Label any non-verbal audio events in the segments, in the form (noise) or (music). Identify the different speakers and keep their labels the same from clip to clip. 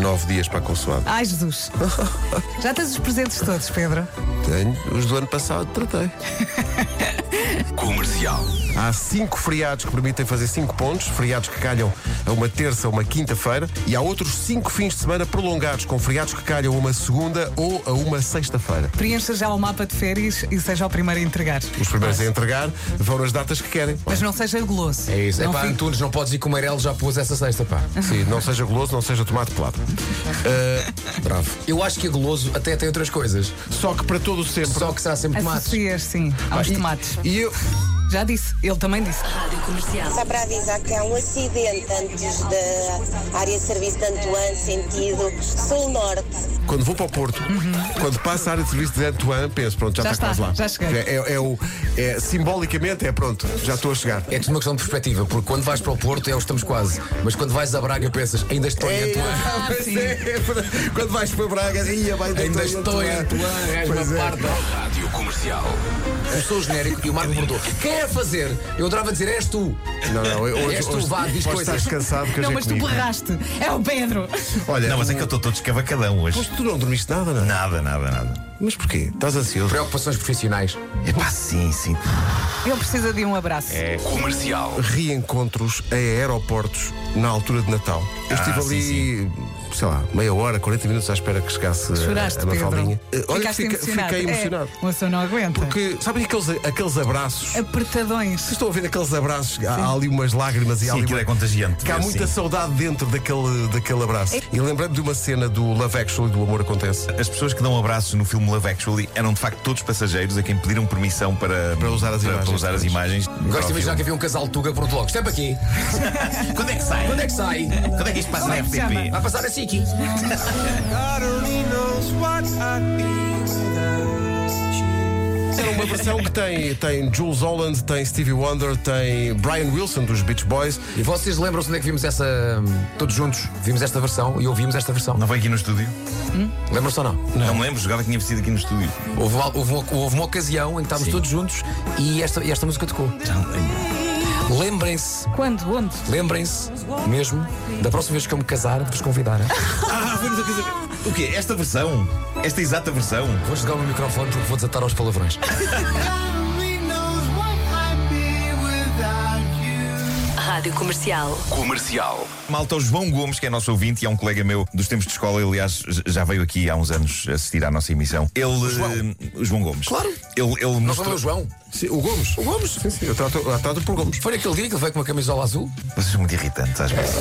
Speaker 1: nove dias para a consoada.
Speaker 2: Ai, Jesus. Já tens os presentes todos, Pedro?
Speaker 1: Tenho os do ano passado, tratei.
Speaker 3: Comercial.
Speaker 1: Há cinco feriados que permitem fazer cinco pontos, feriados que calham a uma terça ou uma quinta-feira, e há outros cinco fins de semana prolongados, com feriados que calham a uma segunda ou a uma sexta-feira.
Speaker 2: Preencha já o mapa de férias e seja o primeiro a entregar.
Speaker 1: Os primeiros a entregar vão nas datas que querem.
Speaker 2: Mas não seja goloso.
Speaker 4: É isso. É
Speaker 2: Não
Speaker 4: pá,
Speaker 2: fique-
Speaker 4: Antunes, não podes ir com o Meirelles, já pôs essa sexta, pá.
Speaker 1: Sim, não seja goloso, não seja tomate pelado.
Speaker 4: (laughs) Bravo. Eu acho que é goloso até tem outras coisas.
Speaker 1: Só que para todo o sempre.
Speaker 4: Só que será sempre tomates.
Speaker 2: Associas, sim, aos
Speaker 1: E-
Speaker 2: tomates.
Speaker 1: E eu.
Speaker 2: Já disse, ele também disse.
Speaker 5: Só para avisar que há um acidente antes da área de serviço de Antoine, sentido sul-norte.
Speaker 1: Quando vou para o Porto, quando passa a área de serviço de Antoine, penso, pronto, já,
Speaker 2: Uhum. Já
Speaker 1: está,
Speaker 2: está,
Speaker 1: quase lá.
Speaker 2: já cheguei.
Speaker 1: É, é, é o, é, simbolicamente é pronto, já estou a chegar.
Speaker 4: É tudo uma questão de perspectiva, porque quando vais para o Porto é o estamos quase, mas quando vais a Braga pensas ainda estou
Speaker 1: É
Speaker 4: em Antunes. (laughs)
Speaker 1: pois
Speaker 2: Ah, sim.
Speaker 1: é, quando vais para Braga, é ia, vai
Speaker 4: Ainda estou em Antunes, és
Speaker 1: Pois
Speaker 4: uma
Speaker 1: é.
Speaker 4: parda.
Speaker 3: Rádio Comercial.
Speaker 4: Começou o genérico e o Marco perguntou: quem é fazer? Eu adorava dizer: és tu.
Speaker 1: Não, não, hoje,
Speaker 4: És
Speaker 1: hoje,
Speaker 4: tu, vá, diz
Speaker 1: hoje
Speaker 4: coisas.
Speaker 1: estás cansado que
Speaker 2: Não,
Speaker 1: hoje é
Speaker 2: mas tu
Speaker 1: comigo.
Speaker 2: borraste. É o Pedro.
Speaker 1: Olha,
Speaker 6: Não, mas é que eu estou todo escavacadão
Speaker 1: Mas
Speaker 6: hoje.
Speaker 1: tu não dormiste nada, não? é?
Speaker 6: Nada, nada, nada.
Speaker 1: Mas porquê? Estás ansioso?
Speaker 4: Preocupações profissionais.
Speaker 6: É pá, sim, sim.
Speaker 2: Ele precisa de um abraço.
Speaker 1: É,
Speaker 3: Comercial.
Speaker 1: Reencontros a aeroportos na altura de Natal. Eu estive
Speaker 6: Ah,
Speaker 1: ali,
Speaker 6: sim,
Speaker 1: sei lá, meia hora, 40 minutos à espera que chegasse a-
Speaker 2: Choraste,
Speaker 1: a Mafaldinha.
Speaker 2: Pedro.
Speaker 1: Eh, Olha,
Speaker 2: Ficaste
Speaker 1: que fica-
Speaker 2: emocionado.
Speaker 1: fiquei emocionado.
Speaker 2: É, o senhor não aguenta.
Speaker 1: Porque, sabem aqueles, aqueles abraços? Vocês
Speaker 2: Apertadões.
Speaker 1: estão a ver aqueles abraços? Há, há ali umas lágrimas e há
Speaker 6: Sim,
Speaker 1: ali
Speaker 6: aquilo
Speaker 1: uma-
Speaker 6: é contagiante. assim,
Speaker 1: Que há
Speaker 6: ver,
Speaker 1: muita
Speaker 6: sim.
Speaker 1: saudade dentro daquele, daquele
Speaker 2: É.
Speaker 1: abraço. E lembrei-me de uma cena do Love Actually, do Amor Acontece.
Speaker 6: As pessoas que dão abraços no filme Love Actually eram de facto todos passageiros a quem pediram permissão para,
Speaker 1: Para usar as imagens.
Speaker 6: para usar as imagens. para
Speaker 4: Gosto
Speaker 6: o
Speaker 4: de imaginar que
Speaker 6: filme.
Speaker 4: havia um casal de Tuga por logo. Estep aqui.
Speaker 6: Quando é que sai?
Speaker 4: Quando é que sai?
Speaker 6: Quando é que isto passa
Speaker 2: Como
Speaker 6: na
Speaker 2: é que se
Speaker 6: FTP?
Speaker 4: Vai passar a Siki.
Speaker 6: É.
Speaker 1: Era uma versão que tem, tem Jules Holland, tem Stevie Wonder, tem Brian Wilson dos Beach Boys.
Speaker 4: E vocês lembram-se onde é que vimos essa. hum, Todos juntos vimos esta versão e ouvimos esta versão.
Speaker 6: Não foi aqui no estúdio?
Speaker 4: Lembram-se ou não?
Speaker 6: Não, me lembro, jogava que tinha vestido aqui no estúdio.
Speaker 4: Houve, uma- houve uma- houve uma ocasião em que estávamos todos juntos e esta, e esta música tocou. Lembrem-se,
Speaker 2: Quando? Onde?
Speaker 4: lembrem-se mesmo, da próxima vez que eu me casar, de vos convidar.
Speaker 6: Ah, foi O quê? Esta versão? Esta exata versão?
Speaker 4: Vou chegar o meu microfone porque vou desatar aos palavrões.
Speaker 7: Rádio Comercial.
Speaker 3: Comercial.
Speaker 6: Malta, o João Gomes, que é nosso ouvinte e é um colega meu dos tempos de escola, ele, aliás, j- já veio aqui há uns anos assistir à nossa emissão. Ele. eh, O
Speaker 4: João?
Speaker 6: João Gomes.
Speaker 4: Claro.
Speaker 6: Ele, ele
Speaker 4: Nós falamos
Speaker 6: mostrou.
Speaker 4: o João.
Speaker 1: Sim, o Gomes.
Speaker 4: O Gomes.
Speaker 1: Sim, sim, eu trato, eu trato por Gomes.
Speaker 4: Foi naquele dia que ele veio com uma camisola azul.
Speaker 6: Vocês são muito irritantes às vezes.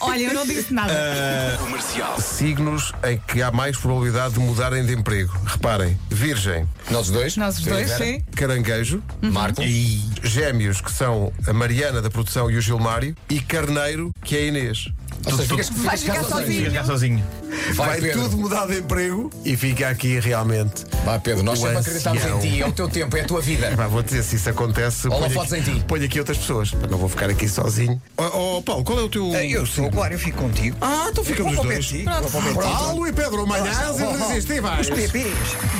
Speaker 2: Olha, eu não disse
Speaker 1: Eh,
Speaker 2: nada.
Speaker 3: Comercial.
Speaker 1: Signos em que há mais probabilidade de mudarem de emprego. Reparem, Virgem,
Speaker 4: Nós os dois.
Speaker 2: Nós os dois,
Speaker 4: Vera.
Speaker 2: sim. Uhum.
Speaker 1: Caranguejo,
Speaker 4: Marco.
Speaker 6: E
Speaker 1: Gêmeos, que são a Mariana da produção e o Gilmário, e Carneiro, que é a Inês.
Speaker 4: Ou seja, ficas, ficas
Speaker 2: Vais ficar
Speaker 4: cá
Speaker 2: sozinho.
Speaker 6: fica
Speaker 4: (laughs)
Speaker 6: cá sozinho.
Speaker 4: Vai,
Speaker 1: Vai
Speaker 4: Pedro.
Speaker 1: tudo mudar de emprego e fica aqui realmente.
Speaker 4: Vai, Pedro. Nós
Speaker 1: O
Speaker 4: sempre acreditamos em
Speaker 1: ancião.
Speaker 4: ti. É o teu tempo, é a tua vida.
Speaker 1: Pá, vou dizer, se isso acontece,
Speaker 4: Olá,
Speaker 1: ponho
Speaker 4: fotos
Speaker 1: aqui,
Speaker 4: em ti.
Speaker 1: ponho aqui outras pessoas. Não vou ficar aqui sozinho. Oh, Paulo, qual é o teu.
Speaker 8: Eu sou, claro, eu fico contigo.
Speaker 1: Ah, então ficamos os
Speaker 8: Vou para o
Speaker 1: dois.
Speaker 8: PT.
Speaker 1: Paulo e Pedro Manhãs irresistíveis.
Speaker 8: Os PPs.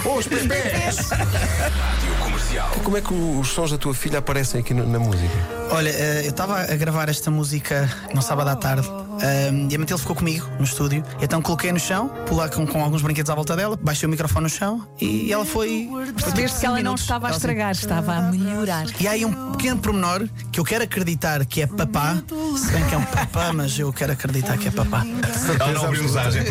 Speaker 1: Os PPs.
Speaker 3: Rádio Comercial.
Speaker 1: Como é que os sons da tua filha aparecem aqui na, na música?
Speaker 8: Olha, eh, eu estava a gravar esta música no sábado à tarde ehm, e a Matilde ficou comigo no estúdio. Então coloquei no chão, pular com, com alguns brinquedos à volta dela, baixei o microfone no chão e ela foi.
Speaker 2: Percebeste que ela não estava a estragar, estava a melhorar.
Speaker 8: E há aí um pequeno pormenor que eu quero acreditar que é papá, se bem que é um papá, mas eu quero acreditar que é papá.
Speaker 6: Ela não abriu usagem,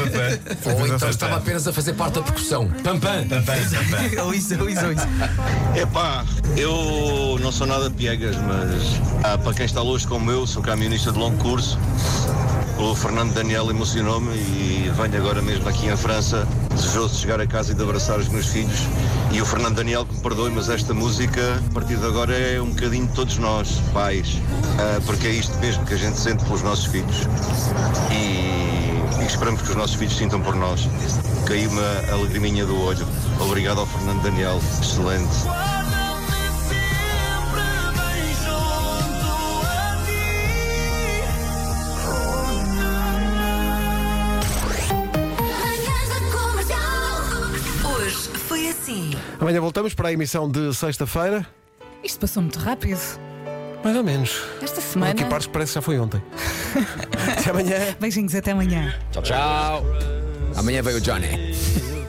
Speaker 4: Ou então estava apenas a fazer parte da percussão. Pam, pam.
Speaker 2: É
Speaker 8: Ou isso, ou isso, ou isso.
Speaker 9: Epá, eu não sou nada piegas, mas ah, para quem está longe como eu, sou camionista de longo curso. O Fernando Daniel emocionou-me e venho agora mesmo aqui em França, desejoso de chegar a casa e de abraçar os meus filhos. E o Fernando Daniel, que me perdoe, mas esta música, a partir de agora, é um bocadinho de todos nós, pais, Ah, porque é isto mesmo que a gente sente pelos nossos filhos. E, e esperamos que os nossos filhos sintam por nós. Caiu-me a lagriminha do olho. Obrigado ao Fernando Daniel, excelente.
Speaker 7: Hoje foi assim.
Speaker 1: Amanhã voltamos para a emissão de sexta-feira.
Speaker 2: Isto passou muito rápido.
Speaker 1: Mais ou menos.
Speaker 2: Esta
Speaker 1: Por
Speaker 2: semana.
Speaker 1: aqui partes parece que já foi ontem. Até amanhã.
Speaker 2: Beijinhos, até amanhã.
Speaker 4: Tchau, tchau. Amanhã veio o Johnny.